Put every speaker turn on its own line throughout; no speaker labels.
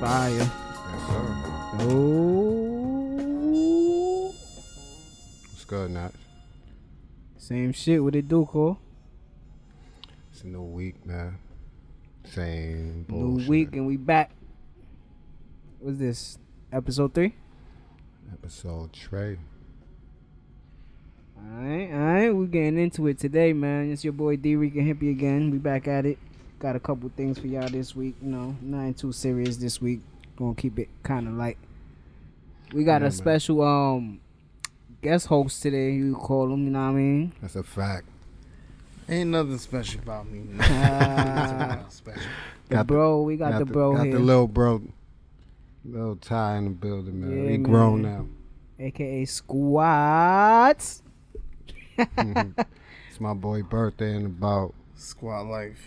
Fire.
Yes, sir.
Oh.
What's good, Notch?
Same shit. What it do, Cole?
It's a new week, man. Same bullshit.
New week and we back. What's this? Episode three.
Episode Trey.
All right, all right. We're getting into it today, man. It's your boy D Reek and Hippie again. We back at it. Got a couple things for y'all this week. You know, nothing too serious this week. Gonna keep it kind of light. We got
Yeah,
a
man.
special um guest host today. You call him. You know what I mean?
That's a fact.
Ain't nothing special about me.
Ah.
Nothing special.
The
Got the-
bro. we got, the, bro
got
here,
the little bro. Little Ty in the building, man.
Yeah,
he grown
man. aka Squats.
now. it's my boy birthday in about
Squad life.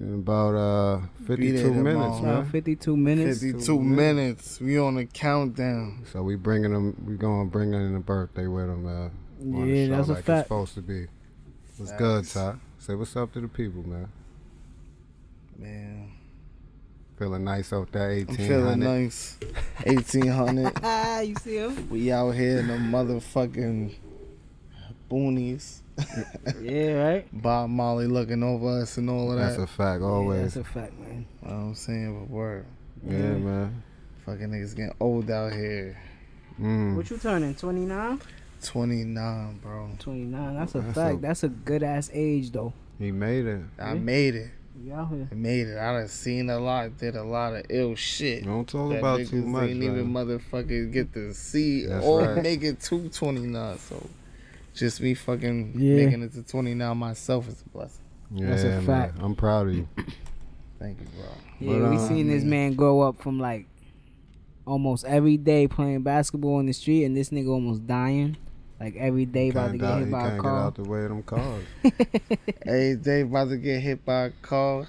in about uh fifty
Beat
two
it
minutes,
tomorrow.
About
man.
52 minutes.
52 minutes. We on the countdown.
So we bringing him. We gonna bring in the birthday with him, man. On the
Yeah,
show
that's a
like
fact.
It's supposed to be. What's
Facts.
good, Ty? Say what's up to the people, man.
Man,
Feeling nice out there,
I'm
1800.
feeling nice. 1800.
Ah, you see him?
we out here in the motherfucking boonies.
yeah, right.
Bob Molly looking over us and all of
That's
that.
a fact,
Yeah,
always.
that's a fact, man.
You know what I'm saying, but word.
yeah, man.
Fucking niggas getting old out here.
Mm.
What you turning? 29?
29, bro.
29. That's a
That's
fact.
a-
That's a good ass age, though.
He made it.
Yeah.
I made it.
You out here.
I made it. I done seen a lot. Did a lot of ill shit.
Don't talk
that
about
niggas
too much,
Ain't
man.
even motherfuckers get to see
That's
or
right.
make it to 29. So just me fucking
Yeah.
making it to 29 myself is a blessing.
yeah,
That's a
man.
fact.
I'm proud of you.
Thank you, bro.
Yeah,
But,
we
uh,
seen this man grow up from like almost every day playing basketball in the street, and this nigga almost dying. Like every day about to
Kinda
get
doubt
hit
he
by a
can't
car.
get out the way of them cars.
Every day about to get hit by a car.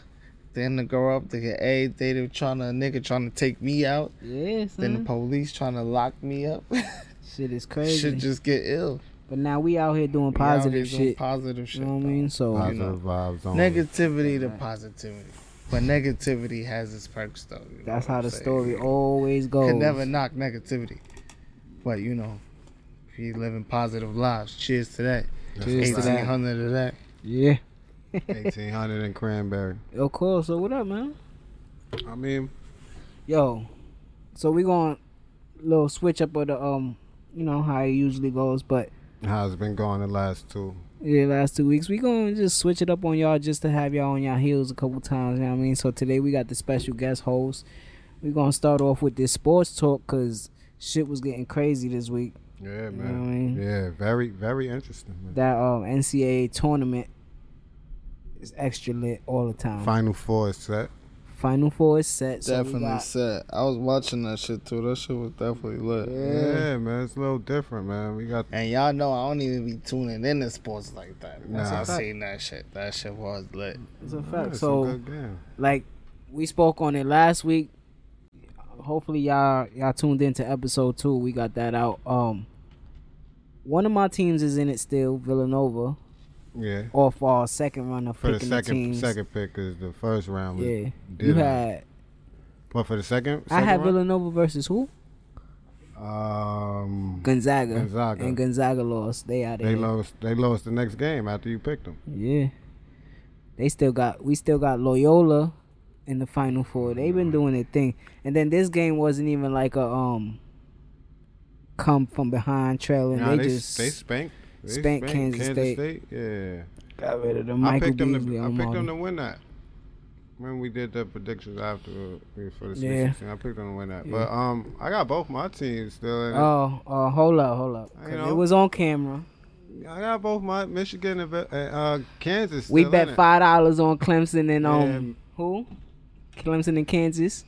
Then to grow up, they get every day they trying to a nigga trying to take me out.
Yeah,
Then the
son.
police trying to lock me up.
shit is crazy.
Should just get ill.
but now we out here doing
We out here
positive
doing
shit.
Positive
you
shit.
know what I
dog.
mean? So
Positive
know.
vibes on.
Negativity to positivity. But negativity has its perks though. you know
that's
what
how
I'm
the
saying?
story always goes.
Can never knock negativity. But you know, if you living positive lives, cheers to that.
Cheers to
Eighteen
that.
hundred to that.
Yeah.
1800 and cranberry.
Of course. So what up, man?
I mean,
Yo, so we going little switch up of the um, you know how it usually goes, but
how's it been going the last two?
yeah, last two weeks we gonna just switch it up on y'all just to have y'all on y'all heels a couple times. You know what I mean? So today we got the special guest host. We gonna start off with this sports talk because shit was getting crazy this week.
Yeah, man.
know what I mean?
Yeah, very, very interesting. Man.
That um NCAA tournament is extra lit all the time.
Final four is set.
Final four is set. So we
Definitely
got-
set. I was watching that shit too. That shit was definitely lit.
Yeah. man. It's a little different, man. We got
And y'all know I don't even be tuning in to sports like that. Once
Nah.
I seen that shit, that shit was lit.
it's a
yeah,
fact.
it's
So
a good game.
like we spoke on it last week. Hopefully y'all y'all tuned into episode two. We got that out. Um one of my teams is in it still, Villanova,
Yeah.
off our second run of
For the
picking the
second
teams.
second pick is the first round. was
yeah. You
different.
had
But for the second,
I
second
had
round?
Villanova versus who?
Um,
Gonzaga.
Gonzaga.
And Gonzaga lost. They out of
they
here.
lost. They lost the next game after you picked them.
Yeah. They still got we still got Loyola in the final four. They've been doing their thing. And then this game wasn't even like a um come from behind trailing.
Nah,
they,
they,
just
they spanked. They
spanked Kansas State.
Yeah,
got rid of the
I
Michael
picked them.
Beasley
To, I
on
picked them
Marley.
to win that. When we did the predictions after uh, for the
Yeah.
season, I picked them to win that. But um, I got both my teams still. In it.
Oh, oh, hold up, hold up. 'Cause
You know.
It was on camera.
I got both my Michigan and Ve- and uh, Kansas. Still
We
in
bet
it.
five dollars on Clemson and um
Yeah.
who? Clemson and Kansas.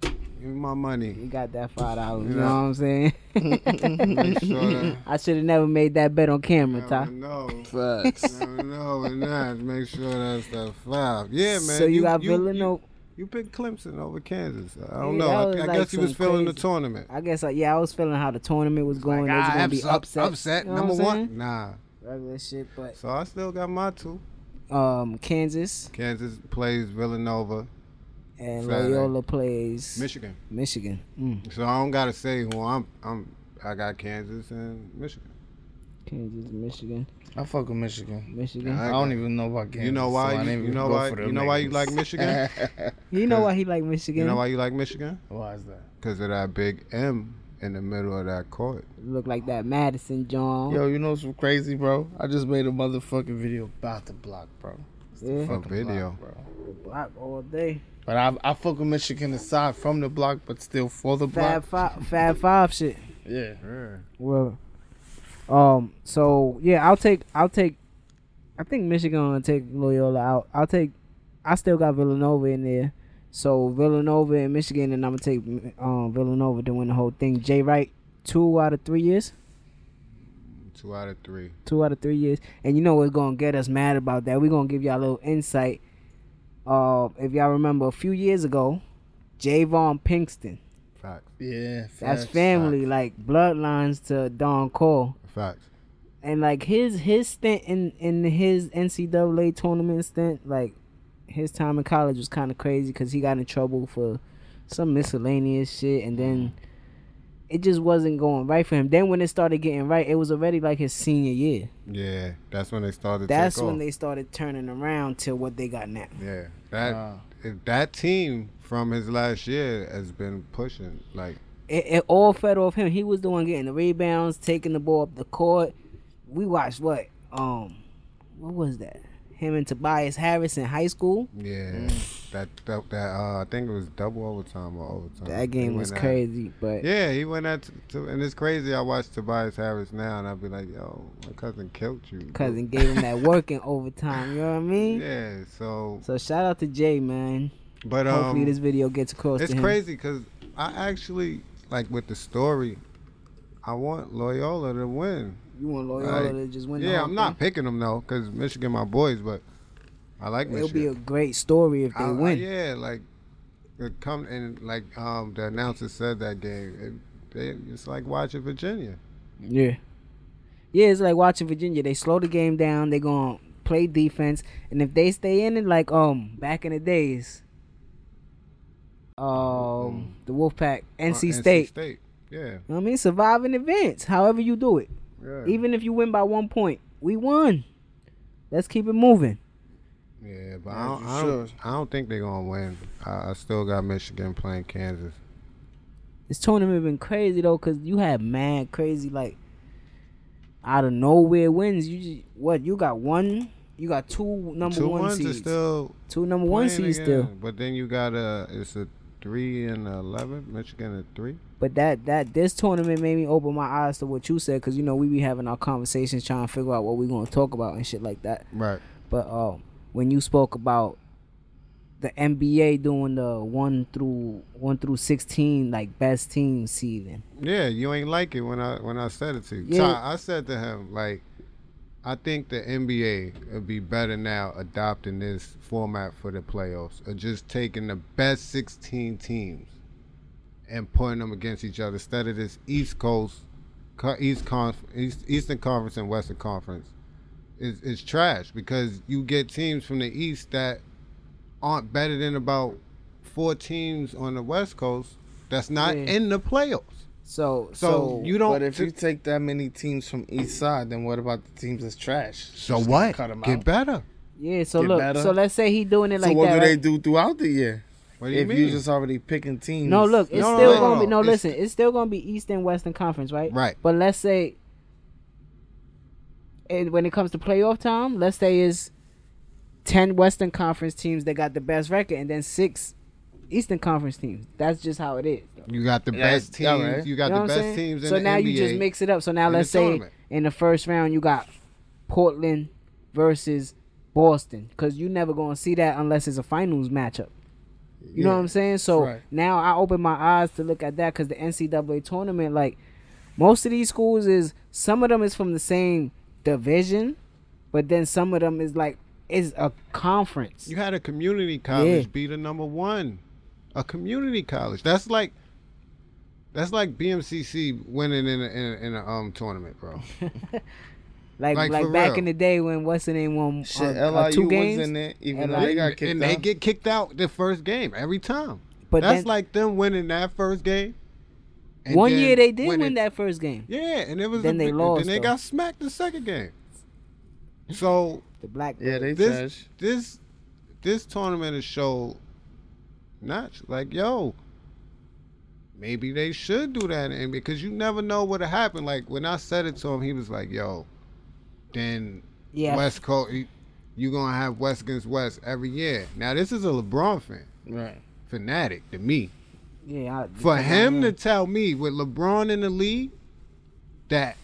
Give me my money.
We got that five dollars. You
Yeah.
know what I'm saying?
Make sure that.
I should have never made that bet on camera, Ty.
No,
Facts.
no, no, and not make sure that's the five. Yeah, man.
So you, got Villanova.
You picked Clemson over Kansas. I don't
Yeah,
know.
that
I,
was
I
like
guess he was
something
feeling the
crazy.
tournament.
I guess like yeah, I was feeling how the tournament was going. There's
Ah,
gonna be
ups-
upset,
upset
you know
number
what I'm saying?
one. Nah.
regular shit. But
So I still got my two.
um, Kansas
Kansas plays Villanova.
and
Saturday.
Loyola plays
Michigan.
Michigan. Mm.
So I don't gotta say who I'm. I'm. I got Kansas and Michigan.
Kansas, Michigan,
I fuck with Michigan.
Michigan.
Nah,
I don't even know about Kansas.
You know why?
so I
you,
didn't
you
even
know
go
why?
for them
You know why you
niggas.
like Michigan?
you know why he like Michigan?
you know why you like Michigan?
why is that?
Because of that big M in the middle of that court.
Look like that Madison John.
Yo, you know some crazy, bro? I just made a motherfucking video about the block, bro. It's the
Yeah. A
fucking block,
video.
bro.
Block all day.
But I, I fuck with Michigan aside from the block, but still for the block.
Fab five, Fab five shit.
Yeah.
Well, um, so yeah, I'll take, I'll take, I think Michigan gonna take Loyola out. I'll take, I still got Villanova in there, so Villanova and Michigan, and I'm gonna take um Villanova to win the whole thing. Jay Wright, two out of three years,
Two out of three.
two out of three years, and you know what's gonna get us mad about that? We're gonna give y'all a little insight. Uh, if y'all remember, a few years ago, Javon Pinkston,
Facts.
Yeah.
that's
facts.
family, like bloodlines to Don Cole.
Facts.
and like his his stint in in his NCAA tournament stint, like his time in college was kind of crazy because he got in trouble for some miscellaneous shit, and then it just wasn't going right for him. Then when it started getting right, it was already like his senior year.
Yeah, that's when they started. to
That's
take
when
off.
they started turning around to what they got now.
Yeah, that
Nah.
if that team from his last year has been pushing like
It, it all fed off him. He was the one getting the rebounds, taking the ball up the court. We watched what um what was that? Him and Tobias Harris in high school.
yeah
Mm.
that that, that uh, I think it was double overtime or overtime. He
That game was
went at-
crazy, but
Yeah, he went at to, and it's crazy. I watch Tobias Harris now, and I'll be like, "Yo, my cousin killed you." bro."
cousin gave him that working overtime. You know what I mean?
Yeah, so
So shout out to Jay, man.
but
Hopefully
um,
this video gets across
it's
to him.
crazy because I actually like with the story. I want Loyola to win.
You want Loyola
Right.
to just win? the
Yeah,
whole
I'm not
thing?
picking them though because Michigan, my boys, but I like
It'll
Michigan.
be a great story if they
I- I-
win.
yeah, like it come and like um the announcer said that game. It, they, it's like watching Virginia.
yeah. Yeah, it's like watching Virginia. They slow the game down. They gonna play defense, and if they stay in it, like um back in the days,
Mm-hmm.
um the Wolfpack,
Uh,
NC State.
State. Yeah,
You know what I mean? Survive in advance. However you do it.
yeah,
Even if you win by one point, we won. Let's keep it moving.
yeah. But
Yeah,
I don't,
you
I don't,
should.
I don't think they're gonna win. I, I still got Michigan playing Kansas.
this tournament been crazy though, cause you had mad crazy like out of nowhere wins. You just, what you got one, you got two number
Two
one
ones
seeds,
is still
two number one
playing
seeds
again,
still.
But then you got a it's a three and eleven. Michigan at three.
But that that this tournament made me open my eyes to what you said, cause you know we be having our conversations trying to figure out what we gonna talk about and shit like that.
Right.
But um, when you spoke about the NBA doing the one through one through sixteen like best team seeding,
Yeah, you ain't like it when I when I said it to you. So
Yeah.
I, I said to him like, I think the NBA would be better now adopting this format for the playoffs, or just taking the best 16 teams and putting them against each other instead of this East Coast, Co- East Conf, East, Eastern Conference and Western Conference. It's, it's trash because you get teams from the East that aren't better than about four teams on the West Coast that's not
Yeah.
in the playoffs.
so
So, you don't.
But if
t-
you take that many teams from each side, then what about the teams that's trash?
so
Just
what?
Cut them
Get
out.
better.
Yeah, so
Get
look,
better.
so let's say he doing it
so
like
what
that.
do they
right?
do throughout the year?
What do you
If
mean?
you just already picking teams.
No, look, it's
No, no,
still
no,
gonna
no,
be no.
it's-
Listen, it's still gonna be East and Western Conference, right?
Right.
But let's say, and when it comes to playoff time, let's say it's ten Western Conference teams that got the best record, and then six Eastern Conference teams. That's just how it is. though.
you got the
Yeah,
best teams.
yeah, right.
You got
You know what
the
I'm
best
saying?
teams in
so
the
now you just
NBA.
mix it up. So now
in the
let's say
tournament.
in the first round you got Portland versus Boston, because you never gonna see that unless it's a finals matchup. You know what I'm saying? So
Right.
now I open my eyes to look at that because the NCAA tournament, like most of these schools, is some of them is from the same division, but then some of them is like is a conference.
You had a community college
Yeah.
be the number one. A community college. That's like that's like BMCC winning in a, in a, in a um tournament, bro.
Like like,
Like, for
back
real.
in the day when what's the name won uh,
Shit,
uh,
LIU
two
was in
games,
it, even
And
though they
like-
got kicked
and they
out.
get kicked out the first game every time.
but
That's
then
like them winning that first game. and
one
then
year they did win
winning-
that first game.
Yeah, and it was
Then
a
they
big-
lost,
Then they
though.
got smacked the second game. So
The black
yeah, they
This-
trash.
this this tournament is show not like yo maybe they should do that and because you never know what'll happen like when i said it to him he was like yo then
yeah
west coast you- you gonna have west against west every year now this is a lebron fan
Right.
fanatic to me
yeah I-
for
because I
him
know.
to tell me with LeBron in the league that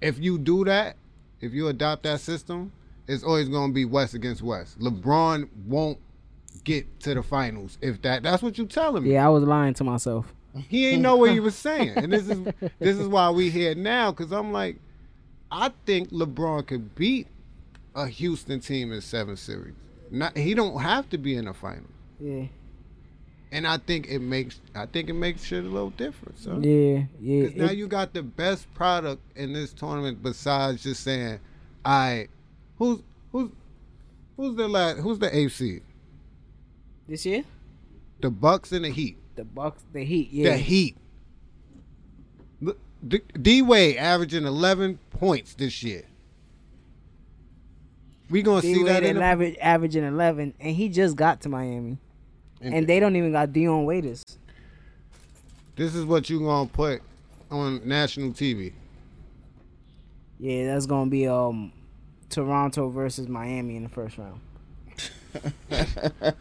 if you do that, if you adopt that system, it's always going to be West against West. LeBron won't get to the finals if that. That's what you telling me.
yeah I was lying to myself.
He ain't know what he was saying, and this is this is why we here now. Because I'm like, I think LeBron could beat a Houston team in seven series. Not he don't have to be in the finals.
Yeah
And I think it makes I think it makes shit a little different. So.
yeah yeah.
Because now
It-
you got the best product in this tournament besides just saying, I who's who's who's the last who's the AC?
this year
The Bucks and the Heat.
the Bucks the Heat yeah
The Heat. Look, D- D Wade averaging eleven points this year. We gonna
They
see that
waited
in the,
average, averaging 11, and he just got to Miami,
in-
and they don't even got Dion Waiters.
this is what you gonna put on national TV.
Yeah, that's gonna be um Toronto versus Miami in the first round.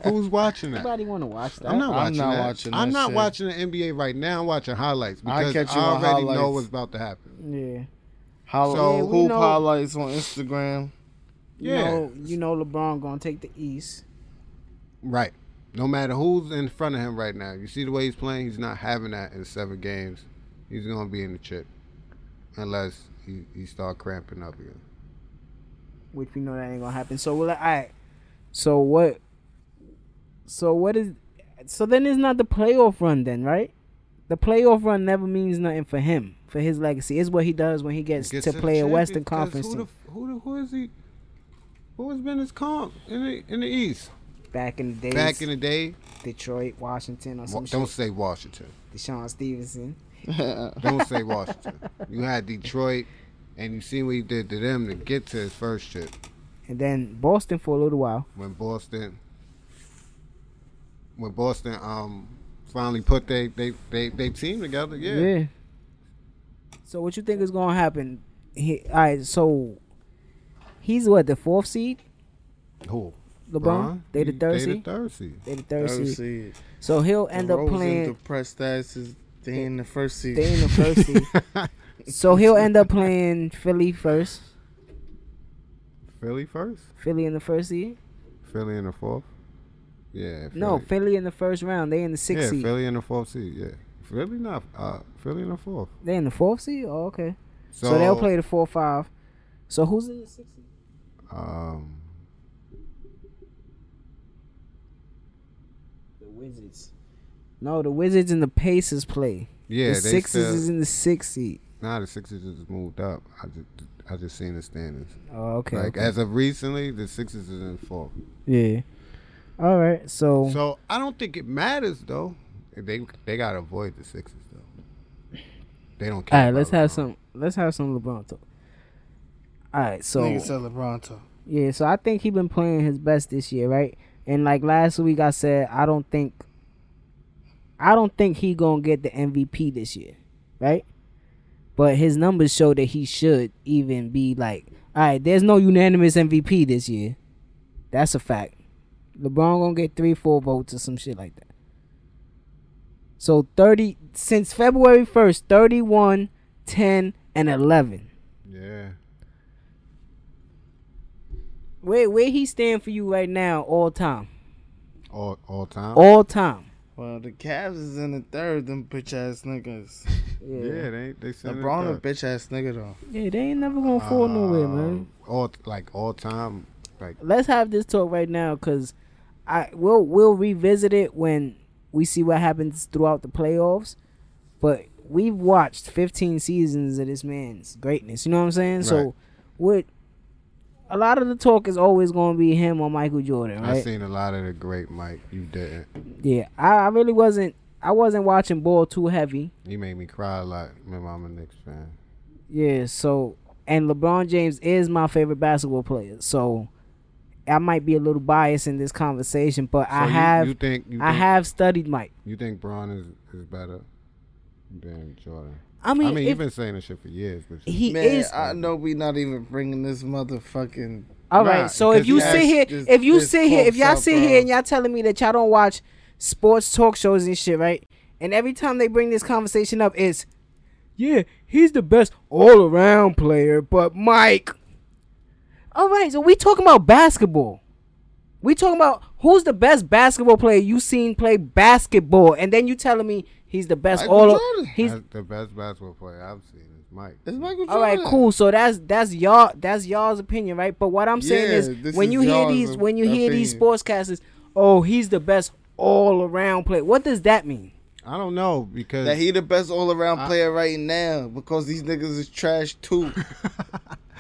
Who's watching that?
Nobody want to watch that.
I'm not
I'm
watching.
not
that.
watching
I'm
that
not
shit.
watching the NBA right now. I'm watching highlights
I
because I,
catch you on
already know
highlights.
what's about to happen.
Yeah,
How
So-
Yeah, we
hoop
know-
highlights on Instagram?
yeah.
Yeah,
You know, you know LeBron gonna take the East.
right. No matter who's in front of him right now, you see the way he's playing. He's not having that in seven games. He's gonna be in the chip unless he, he start cramping up again.
which we know that ain't gonna happen. So we're like, all right. So what? So what is? So then it's not the playoff run, then, right? The playoff run never means nothing for him, for his legacy. It's what he does when he gets,
Gets
to
the
play a
champion-
Western
'cause
Conference
Who, the,
team
f- who, the, who is he? Who has been his comp in the in the East
back in the days.
back in the day?
Detroit, Washington, or
Wa-
some
Don't
shit.
say Washington.
Deshaun Stevenson.
Don't say Washington. You had Detroit, and you seen what he did to them to get to his first chip.
And then Boston for a little while.
when Boston when Boston um finally put they they they, they team together, yeah.
So what you think is gonna happen? He, all right, so he's what the fourth seed,
Who?
LeBron.
Bron?
They the
He-
third
Uh-huh. They the
seed.
third seed.
They the third
Third
seed.
seed.
So he'll end up
DeRozan
playing.
depressed ass is they in the first seed.
They in the first seed. So he'll end up playing Philly first.
Philly first?
Philly in the first seed.
Philly in the fourth? Yeah.
No, Philly in the first round. They in the sixth
Yeah,
seed.
Philly in the fourth seed, yeah. Philly not uh Philly in the fourth.
They in the fourth seed. Oh, okay.
So,
So, they'll play the four five. So who's in the sixth seed?
um
The Wizards. No, the Wizards and the Pacers play.
yeah,
the
they
Sixers
still,
is in the sixth seed.
nah, the Sixers just moved up. I just I just seen the standings.
Oh, okay.
like uh, as of recently, the Sixers is in fourth.
yeah. All right. So,
So I don't think it matters though. They they gotta avoid the Sixers though. They don't care.
all right. Let's
about
have
LeBron.
some. Let's have some LeBron talk. All right. So
Nigga said LeBron too.
Yeah, so I think he been playing his best this year, right? And like last week, I said I don't think, I don't think he gonna get the MVP this year, right? But his numbers show that he should even be like, all right, there's no unanimous MVP this year. That's a fact. LeBron gonna get three, four votes or some shit like that. So thirty since February first, 31, 10, and eleven.
Yeah.
Where where he stand for you right now, all time,
All all time.
all time.
Well, the Cavs is in the third. Them bitch ass niggas.
Yeah,
yeah, they they sent
LeBron a bitch ass nigga though.
Yeah, they ain't never gonna fall nowhere, man.
Uh, All like all time. Like
Let's have this talk right now, cause I will we'll revisit it when we see what happens throughout the playoffs. But we've watched 15 seasons of this man's greatness. You know what I'm saying? So
Right.
what a lot of the talk is always going to be him or Michael Jordan,
I
right?
seen a lot of the great Mike. You didn't.
yeah, I, I really wasn't. I wasn't watching ball too heavy.
You made me cry a lot. Remember, I'm a Knicks fan.
Yeah, so and LeBron James is my favorite basketball player. So I might be a little biased in this conversation, but I
So you-
have
You, think you
I
think,
have studied Mike.
you think Braun is, is better than Jordan?
I
I mean,
mean,
you've
if
been saying this shit for years, but
he
Man,
is
I know we not even bringing this motherfucking.
all right.
Nah,
so
because
if you
you
sit
asked
here,
this-
if you
this
sit here, if y'all
close up,
sit here
bro.
and y'all telling me that y'all don't watch sports talk shows and shit, right? And every time they bring this conversation up, it's yeah, he's the best all around player, but Mike. All right, so we talking about basketball. We talking about who's the best basketball player you seen play basketball, and then you telling me he's the best
Michael
all.
Jordan.
He's
That's the best basketball player I've seen is Mike.
It's Michael Jordan.
All right, cool. So that's that's y'all that's y'all's opinion, right? But what I'm saying
Yeah,
is
this
when
is
you hear
y'all's
these when you hear these
opinion.
sportscasters, oh, he's the best all around player. What does that mean?
I don't know because
That he the best all around
I-
player right now because these niggas is trash too.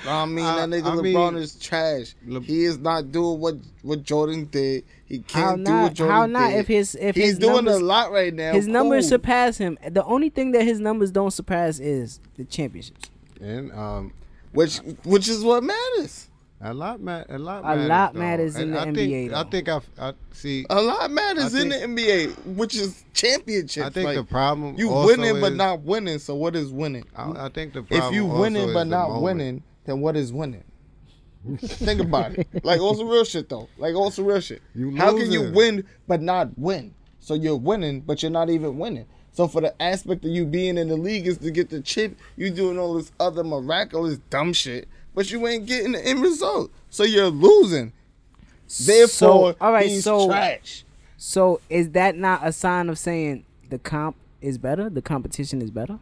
I mean,
I-
that nigga
I mean,
LeBron is trash.
Le-
he is not doing what what Jordan did. He can't
How
do
not-
what Jordan
how not
did.
if his- if
he's
his
doing
numbers-
a lot right now.
his numbers
cool.
surpass him. The only thing that his numbers don't surpass is the championships.
and um
which which is what matters.
a lot ma- a lot
A
matters,
lot
though.
matters in
And
the
I
NBA
Think, I
though.
think I, I see.
A lot matters
I
in the NBA, which is championships.
I think
Like,
the problem
you
also
winning but
is-
not winning. So what is winning?
I, I think the problem
if you
also
winning
is
but
the
not
moment.
winning, then what is winning? Think about it. Like also real shit though. Like also real shit.
You
How can you
losing.
win but not win? So you're winning, but you're not even winning. So for the aspect of you being in the league is to get the chip, you doing all this other miraculous dumb shit, but you ain't getting the end result. So you're losing. Therefore,
so, all right,
he's
so
trash.
so is that not a sign of saying the comp is better, the competition is better?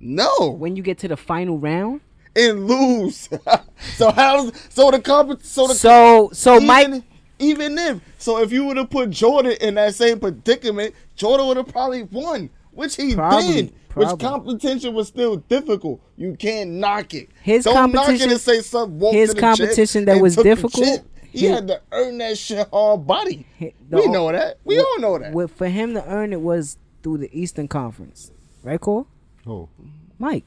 No,
When you get to the final round,
and lose. so how's so the comp so the
so so
even,
Mike
even if so, if you would have put Jordan in that same predicament, Jordan would have probably won, which he
Probably,
did.
probably.
Which competition was still difficult. You can't knock it.
His
Don't knock
competition-
it and say something. walked
his
to the chip
competition that
and
was
took the
difficult,
chip. He,
he-
had to earn that shit hard body.
He- the
We
o-
know that. We all know that.
Well, for him to earn it was through the Eastern Conference, right, Cole?
Who?
Mike.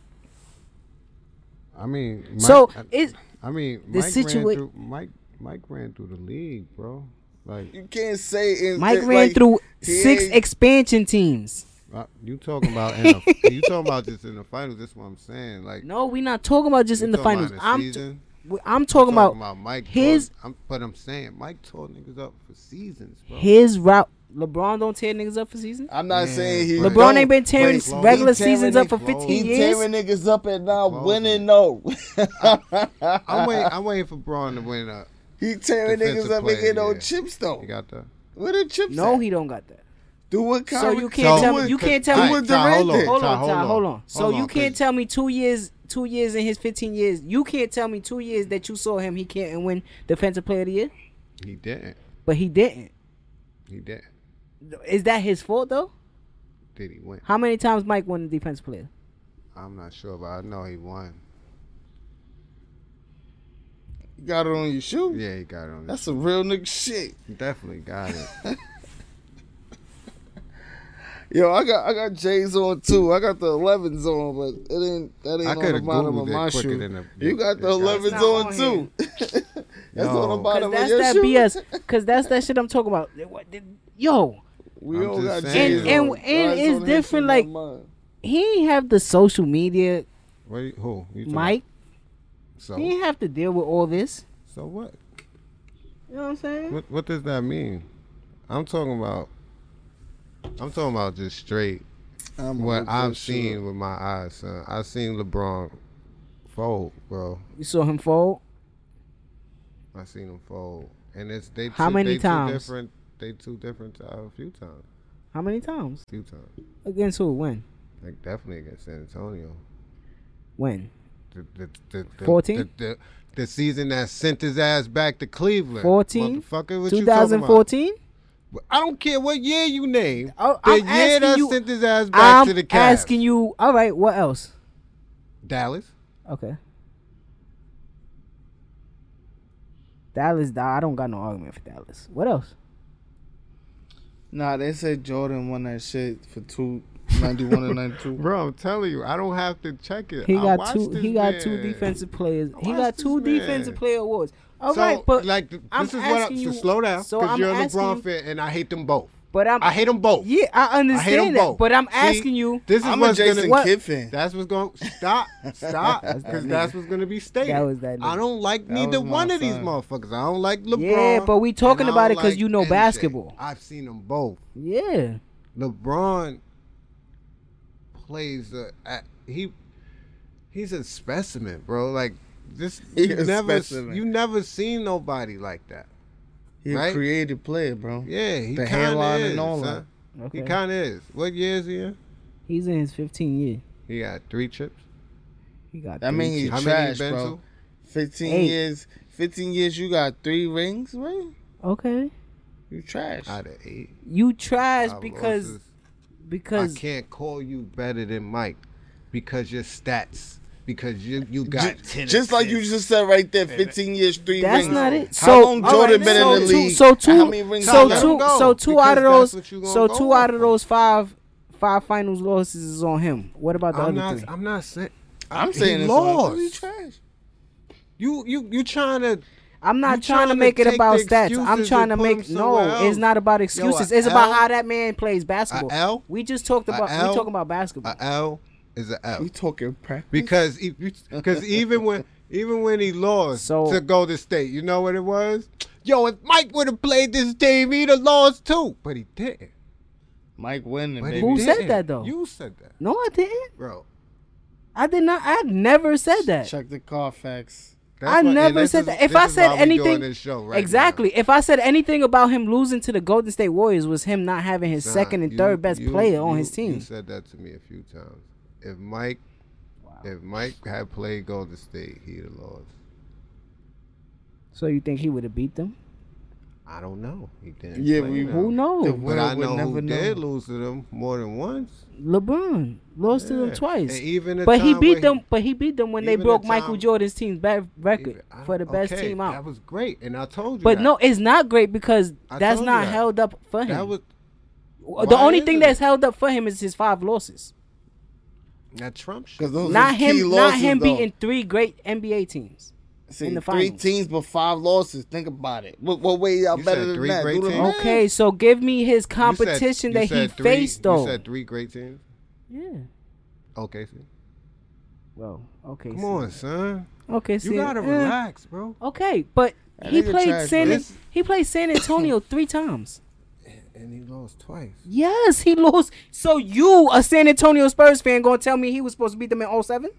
I mean, Mike,
so
I,
it's
I mean,
the
Mike
situa-
ran through Mike. Mike ran through the league, bro. Like
you can't say and
Mike
say,
ran
like,
through
he
six
ain't-
expansion teams.
uh, you talking about in the, you talking about this in the finals. That's what I'm saying. Like
No, we're not talking about just
you
in the
talking
finals.
about
I'm
season.
t- I'm talking, about,
Mike.
his-
His, I'm, but I'm saying Mike tore niggas up for seasons, bro.
his route. LeBron don't tear niggas up for season.
I'm not
Man,
saying he.
LeBron
don't,
ain't been tearing
but he
regular
tearing
seasons up
niggas-
for
Close.
15
He
years.
tearing niggas up and not
Close
winning no.
I'm waiting.
uh,
I'm waiting for Braun to win. Uh,
he tearing niggas
Defensive
up and
player,
get no
yeah.
chips though.
he got the.
Where the chips?
No,
at?
he don't got that.
do what
So
Kyrie.
you can't
So-
tell me. You can't tell
Alright,
me.
Who was
Ty, hold
directed?
on,
Hold
Ty,
on, Ty, hold on. So
Hold
you
on,
can't
'cause-
tell me two years, two years in his 15 years. You can't tell me two years that you saw him. He can't win Defensive Player of the Year,
He didn't.
but he didn't.
He didn't.
Is that his fault though?
Did he win?
How many times Mike won the Defensive Player?
I'm not sure, but I know he won.
You got it on your shoe.
Yeah, he got it on.
That's some real nigga shit.
He definitely got it.
Yo, I got I got J's on too. I got the 11s on, but it ain't that ain't
I
on the
coulda
bottom of
Googled it
my
quicker
shoe.
than the-
you got the
It's
11s
not
on,
on
too. that's on
No.
the
'Cause
bottom of
that's
your
that
shoe.
BS. Cause that's that shit I'm talking about. What the- Yo,
We
I'm
all
just
got
saying.
J's
And-
and-
on.
and
Guys
it's
on here
different,
from
like-
my mind.
he ain't have the social media,
What? you- Who? You talking-
Mike. He
So.
ain't have to deal with all this.
So what?
You know what I'm saying?
What? What does that mean? I'm talking about. I'm talking about just straight
I'm gonna
what
look
I've
this shit up.
seen with my eyes, son. I've seen LeBron fold, bro.
You saw him fold.
I seen them fold, and it's they.
How
two,
many
they two
times?
different. They two different. uh, A few times.
How many times?
Few times.
Against who? When?
Like definitely against San Antonio.
When?
The the the the,
14?
the, the, the season that sent his ass back to Cleveland.
14?
Motherfucker, what you talking about?
2014.
I don't care what year you name.
Oh,
the
I'm
year that
asking you-
sent his ass back
I'm
to the Cavs.
asking you. All right. What else?
Dallas.
Okay. Dallas, I don't got no argument for Dallas. What else?
Nah, they said Jordan won that shit for two ninety one and ninety two.
Bro, I'm telling you, I don't have to check it.
He
I
got
watched
two.
this
He got
man.
two defensive players. He
watched
got
this
two
man.
defensive player awards. All right,
so,
but
like, th- this
I'm
is what I,
asking
so
you-
slow down,
so
because
I'm
you're a
asking
LeBron
you-
fan, and I hate them both.
but I'm
I hate them both.
Yeah, I
I hate them
understand that.
both.
But I'm
See,
asking you.
This is
I'm a
what's
Jason
gonna.
Kidd fan.
That's what's going. to Stop, stop, because that's what's going to be stated.
That was that
I
nigga.
don't like neither
was my
one of these
son.
motherfuckers. I don't like LeBron.
Yeah, but we talking
and I
about it
don't
'cause you know
MJ.
basketball.
I've seen them both.
Yeah,
LeBron plays a, a he. He's a specimen, bro. Like this,
He
you
a
never
specimen.
you never seen nobody like that.
He
Right?
a creative player, bro.
Yeah, he
The
kind of
hairline
is.
and all
son.
that.
okay.
He kind of is. What year is he in?
He's in his 15 year.
He got three chips.
He got.
That
three
mean he
kids.
How many he
trash,
been
bro.
to?
Fifteen
Eight.
years. Fifteen years. You got three rings, man.
okay.
You trash.
Out of eight.
You trash
Five
because
losses. I
because
can't call you better than Mike because your stats. Because you you got
Ju-
ten.
Just like you
assists.
just said right there, 15 years, three
That's
rings.
not it.
How
So-
long
all
Jordan
right,
been
so
in the
two-
league?
so two-
How many rings
so
Let
let
him
two
him go?
go,
so two
because
out of
that's
those
what you gonna
so
go
two out of
for.
those five five finals losses is on him. What about the
I'm
other
not.
three?
I'm not saying.
I'm
He
saying it's
lost.
all You trash.
You you you trying to
I'm
You
not trying to
tryna
make it
take
about
the
stats. I'm
excuses
trying
and
to
put
make
'em
no.
somewhere
It's
else.
not about
a
excuses. it's about
L-
how that man plays basketball.
A L-
we just talked
a
about.
L-
we talking about basketball.
a L is a L
We talking practice.
because because even when even when he lost
So-
to Golden State, you know what it was. Yo, if Mike would have played this game, he'd have lost too. But he didn't.
Mike winning,
But he
baby.
Who said
didn't.
that, though?
You said that,
no, I didn't.
bro.
I did not. I never said that.
Check the Carfax.
That's
I
why- and
never
this
said
is-
that. If
this
I
is
said
why we doing
anything,
this show right now.
exactly. If I said anything about him losing to the Golden State Warriors was him not having his
Nah,
second and
you-
third best
you-
player on
you-
his
You
team.
said that to me a few times. If Mike, if Mike had played Golden State, he'd have lost.
So you think he would have beat them?
I don't know. He didn't.
Yeah,
play
we-
them.
Who knows?
The
But
world
I
would
know
never
who did
know.
lose to them more than once.
LeBron lost to them
Yeah.
twice.
And even the
but he
time
beat
where
them. but he beat them when they
even the
broke Michael
time-
Jordan's team's bad record
Even- I
for the
don't-
best
okay,
team out.
That was great, and I told you.
but
that.
no, it's not great because
I
that's
told you
not
that.
held up for him.
that was
the
why
only
is
thing
it?
that's held up for him is his five losses.
that Trump shit.
Because those
Not
are key
him. not
losses,
him
though.
beating three great NBA teams.
See,
in the
three
finals.
teams but five losses. Think about it. What, what way y'all
You
better
said
than
three
that?
great
Do the
teams?
math.
Okay, so give me his
You said-
competition
you
that he
said three-
faced though.
You said three great teams.
yeah.
Okay, see.
Well, okay.
Come
see.
on, son.
Okay,
You
see.
gotta
eh,
relax, bro.
Okay, but
That
he
nigga
played
trash,
San
bro.
This-
he played San Antonio three times.
And he lost twice.
Yes, he lost. So you, a San Antonio Spurs fan, gonna tell me he was supposed to beat them in 07?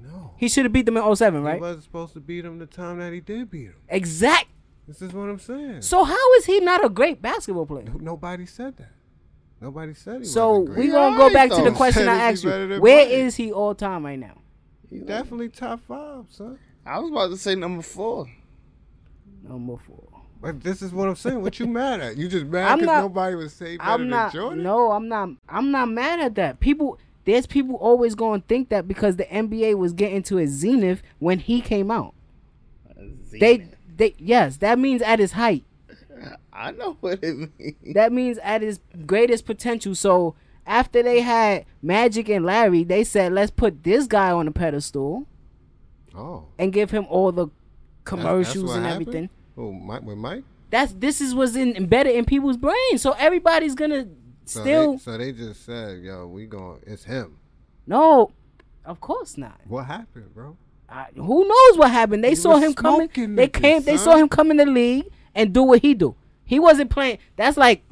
No.
He should have beat them in 07,
He
right?
wasn't supposed to beat him the time that he did beat him.
Exact.
This is what I'm saying.
So how is he not a great basketball player?
Nobody said that. Nobody said he
So
wasn't
we
great.
He
gonna go
alright,
back to
though.
the question I
Said he's
asked you.
better than
Where
Blake.
is he all time right now?
He definitely top five, son.
I was about to say number four.
Number four.
But this is what I'm saying. What you mad at? You just
I'm
mad because
not-
nobody was saying better
I'm
than
not.
Jordan?
No, I'm not. I'm not mad at that. People, there's people always gonna think that because the NBA was getting to its zenith when he came out. They, they, yes, that means at his height.
I know what it means.
That means at his greatest potential. So after they had Magic and Larry, they said, let's put this guy on a pedestal
Oh.
and give him all the
That- that's
commercials
what
and
happened?
everything.
Oh, Mike with Mike?
That's this is what's in, embedded in people's brains. So everybody's gonna
So
still
They, so they just said, yo, we going, it's him.
no. Of course not.
What happened, bro?
I, who knows what happened? They
You
saw
was
him coming.
smoking
They
niggas,
came. They
son.
saw him come in the league and do what he do. He wasn't playing. That's like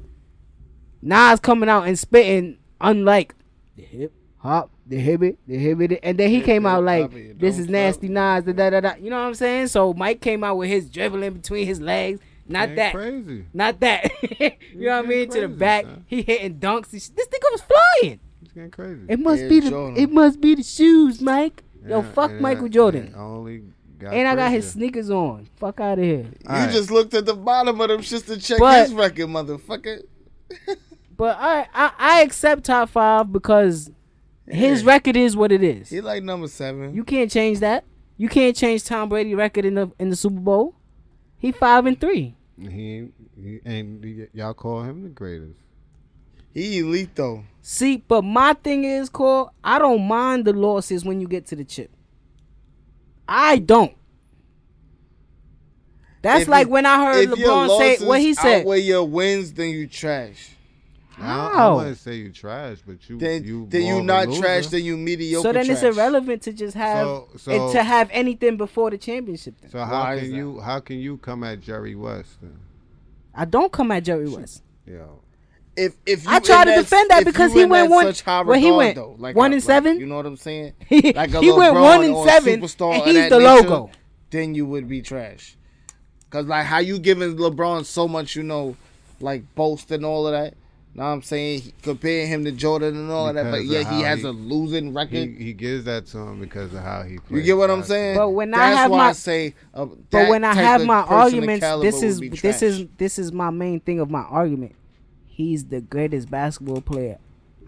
Nas coming out and spitting. Unlike the hip hop, the hibbit, the hibbit, and then he came out like
hop, it
this
don't
is nasty Nas. Da, da da da. You know what I'm saying? So Mike came out with his dribbling between his legs. Not
Ain't
that.
Crazy.
Not that. you know what I
getting
mean? To the
crazy,
back,
son.
he hitting dunks. and shit. This nigga was flying.
It's getting crazy.
It must
Yeah,
be the.
Jordan.
It must be the shoes, Mike. Yo,
Yeah,
fuck
and
Michael
I-
Jordan.
and I only got
And I got
crazier.
his sneakers on. Fuck out of here.
You
Alright.
just looked at the bottom of them just to check
But-
his record, motherfucker.
But I I, I accept top five because his record is what it is.
He like number seven.
You can't change that. You can't change Tom Brady record in the in the Super Bowl. He five and three.
He, he and y- y'all call him the greatest.
He elite though.
See, but my thing is, Cole, I don't mind the losses when you get to the chip. I don't. That's
If
like
you-
when I heard
if your
LeBron say
losses
what he said.
Outweigh your wins, then you trash.
I, don't- I
How?
wouldn't say you trash, but you
Then
you
you, then
more
you
of a
not
loser.
trash. Then you mediocre.
so then
trash.
it's irrelevant to just have
So-
it-
so-
to have anything before the championship. Then
So how
Why is
can
that?
you how can you come at Jerry West then?
I don't come at Jerry West.
Yo,
If if you
I try
in
to defend that
if you
because he
in
went
that
one-
such high
where he
regard,
went
though, like
one
a-
and
like,
seven?
you know what I'm saying?
he
a
went
LeBron
one and
or a
seven,
superstar
and
of
he's
that
the
nature,
logo.
Then you would be trash. Cause like how you giving LeBron so much, you know, like boast and all of that. Know what I'm saying He- comparing him to Jordan and all of that, but
Because of
yeah,
how
he has
he-
a losing
he,
record.
he gives that to him because of how he plays.
you get what I'm saying?
But when I
That's
have
why
my-
I say, uh,
But
that
when I
type
have
of
my
person of
arguments,
caliber
this
would
is
be
this
trash.
is this is my main thing of my argument. He's the greatest basketball player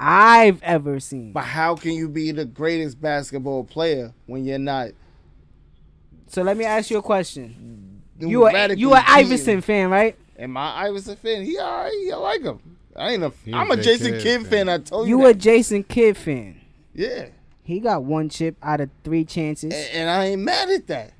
I've ever seen.
But how can you be the greatest basketball player when you're not?
So let me ask you a question. You a you a
radically
Iverson
beating-
fan, right?
Am I Iverson fan? He alright. I like him. I ain't a.
He
am
a
a
J.
Jason
Kidd
Kidd
fan.
fan. I told you.
You a
that.
Jason Kidd fan.
yeah,
He got one chip out of three chances.
and, and I ain't mad at that.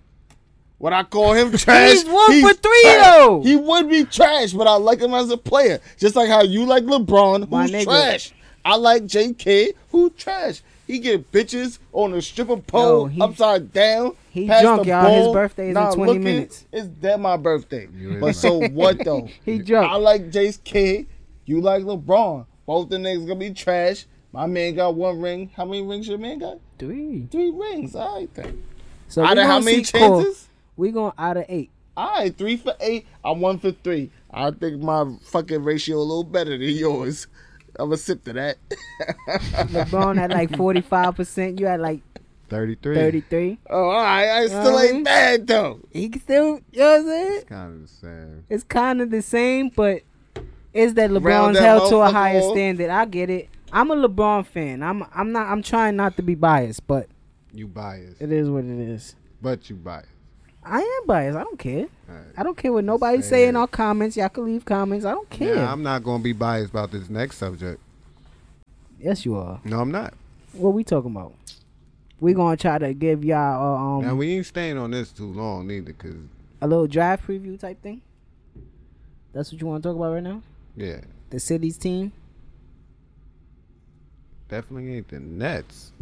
What I call him trash.
He's one for three,
trash.
though.
He would be trash, but I like him as a player. Just like how you like LeBron,
My
who's
nigga.
trash. I like JK, who trash. He get bitches on a stripper pole
Yo, he-
upside down.
he
past
drunk,
the
y'all. His
ball,
birthday is in
not
20 minutes.
It's that my birthday.
You ain't
But so what though?
He
I
drunk.
like Jace Kidd. You like LeBron. Both the niggas gonna be trash. My man got one ring. How many rings your man got?
Three.
Three rings. All right then.
So
out
we
of how
gonna
many
see Cole.
chances?
We going out of eight.
All right, three for eight. I'm one for three. I think my fucking ratio a little better than yours. I'm a sip to that.
LeBron at like forty five percent. You at like
Thirty three.
thirty three.
oh, all right. I still
Um,
ain't bad though.
He can still. You know what I'm saying?
It's kind of the same.
It's kind of the same, but is that
Round
LeBron's
that
held to a
motherfucker
higher
off.
standard? I get it. I'm a LeBron fan. I'm. I'm not. I'm trying not to be biased, but
You biased,
it is what it is.
but you biased.
I am biased. I don't care.
All right.
I don't care what nobody
Same
say in
here.
our comments. Y'all can leave comments. I don't care.
Yeah, I'm not gonna be biased about this next subject.
yes, you are.
No, I'm not.
What we talking about? We gonna try to give y'all uh,
Now
um,
we ain't staying on this too long neither, cause
a little drive preview type thing. That's what you want to talk about right now.
yeah,
The city's team.
definitely ain't the Nets.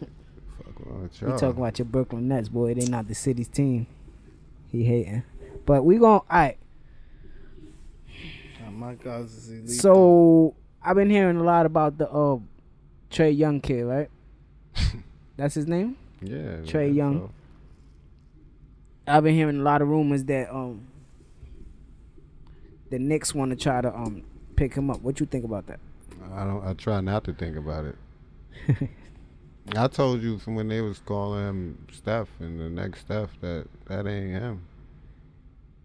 Fuck wrong with
We
y'all.
talking about your Brooklyn Nets, boy. They not the city's team. He hating, but we gonna. All right.
Oh, my God, this is elite.
So I've been hearing a lot about the uh, Trey Young kid, right? That's his name.
yeah,
Trey
that's
Young.
all.
I've been hearing a lot of rumors that um, the Knicks want to try to um pick him up. What you think about that?
I don't. I try not to think about it. I told you from when they was calling him Steph and the next Steph that that ain't him.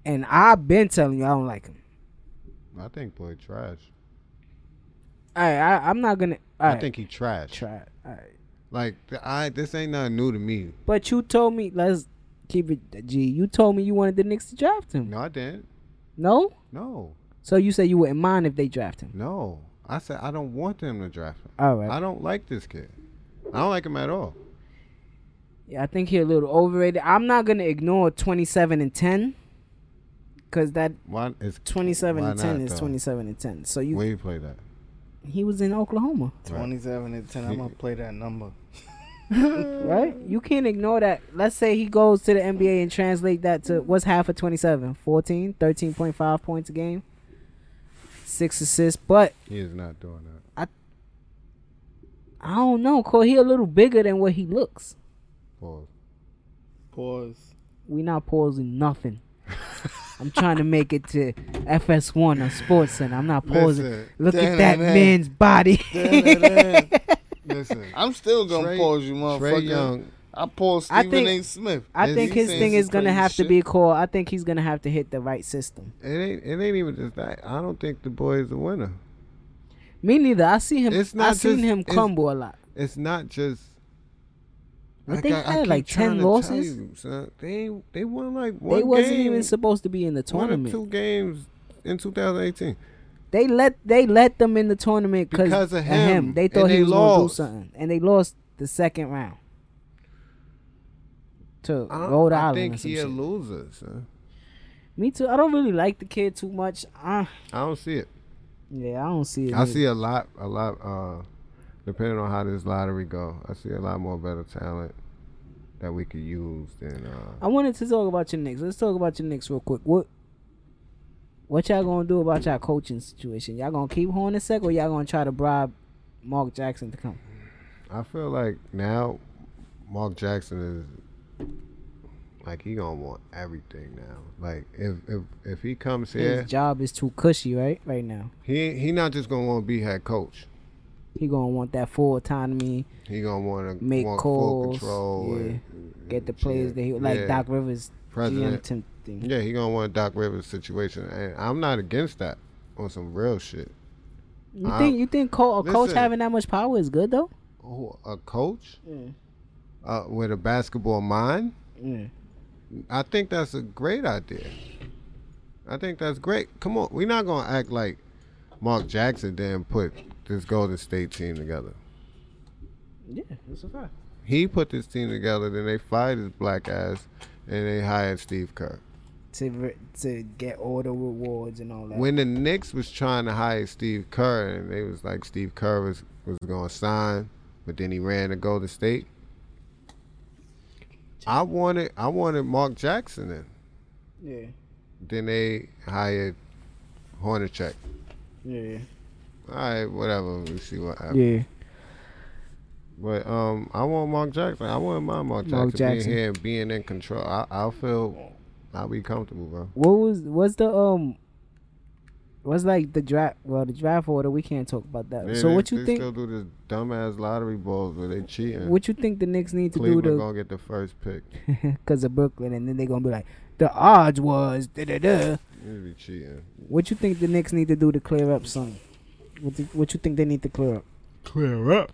And I've been telling you I don't like him.
I think boy trash.
All right, I, I'm not gonna. all
I
right,
think he trash.
try. it. All right.
like th- I this ain't nothing new to me.
But you told me let's keep it G. You told me you wanted the Knicks to draft him.
No, I didn't.
No.
No,
So you said you wouldn't mind if they draft him.
no. I said I don't want them to draft him.
All right.
I don't like this kid. I don't like him at all.
Yeah, I think he a little overrated. I'm not gonna ignore 27 and 10, cause that
Why is
27
why
and 10
not,
is
though?
27 and 10. So you
Where you play that?
he was in Oklahoma,
27 and 10. I'm going to play that number.
right? You can't ignore that. Let's say he goes to the NBA and translate that to what's half of 27? 14, 13.5 points a game, six assists. But
He is not doing that.
I don't know, cause he a little bigger than what he looks.
Pause.
Pause.
We not pausing nothing. I'm trying to make it to FS1 or Sports Center. I'm not pausing.
Listen.
Look at that
Da-da-da.
man's body.
Listen,
I'm still going
Trey-
to pause you, motherfucker.
Trey Young.
I paused
I
Stephen
think-
A. Smith.
I
Is
think
he
his
saying
thing
some
is gonna
crazy
have to
shit?
be called. I think he's gonna have to hit the right system.
It ain't. It ain't even just that. I don't think the boy is a winner.
Me neither. I see him.
It's
I
not
seen
just-
him
it's-
crumble a lot.
It's not just.
But
I
they
got- I
had
keep
like
trying
ten
to tell
losses.
you, son. They they won like one
They wasn't
game,
even supposed to be in the tournament.
One or two games in 2018.
They let they let them in the tournament
Because of
of
him,
They
and
thought
they
he was gonna do
lost.
something, and they lost the second round to
I,
Rhode
I
Island. or
think
some
he a
shit.
loser. Son.
Me too. I don't really like the kid too much. Uh,
I don't see it.
yeah, I don't see it.
I
either.
see a lot, a lot. Uh, depending on how this lottery go, I see a lot more better talent that we could use than. Uh,
I wanted to talk about your Knicks. Let's talk about your Knicks real quick. What what y'all gonna do about y'all coaching situation? Y'all gonna keep Hornacek or y'all gonna try to bribe Mark Jackson to come?
I feel like now, Mark Jackson is like he gonna want everything now. Like if if if he comes here,
His job is too cushy, right? Right now,
he he not just gonna want to be head coach.
he gonna want that full autonomy.
He gonna want to
Make
want full
calls,
control.
yeah.
and-
Get the
and
players
shit.
that he like
Yeah.
Doc Rivers GM
President.
temp thing.
Yeah, he gonna want Doc Rivers situation, and I'm not against that on some real shit.
You
I-
think you think co- a coach
Listen.
having that much power is good though?
Oh, a coach
Mm.
uh, with a basketball mind?
Mm.
I think that's a great idea. I think that's great. Come on, we're not gonna act like Mark Jackson didn't put this Golden State team together.
Yeah, that's a fact.
He put this team together, then they fired his black ass, and they hired Steve Kerr.
To re- to get all the rewards and all that.
When the Knicks was trying to hire Steve Kerr, and they was like Steve Kerr was, was gonna sign, but then he ran to Golden State. I wanted I wanted Mark Jackson in.
yeah,
Then they hired Hornacek.
yeah,
All right, whatever. We see what happens.
yeah.
But um, I want Mark Jackson. I want my Mark Jackson,
Mark Jackson.
being here and being in control. I, I'll feel, I'll be comfortable, bro.
What was what's the um what's like the draft well the draft order we can't talk about that.
They-
so
they-
what you
they
think
Still do this dumbass lottery balls where they cheating.
what you think the Knicks need to
Cleveland
do
gonna get the first pick.
to cuz of Brooklyn and then they're going to be like the odds was da da da.
They be cheating.
What you think the Knicks need to do to clear up something? What, do- what you think they need to clear up?
Clear up.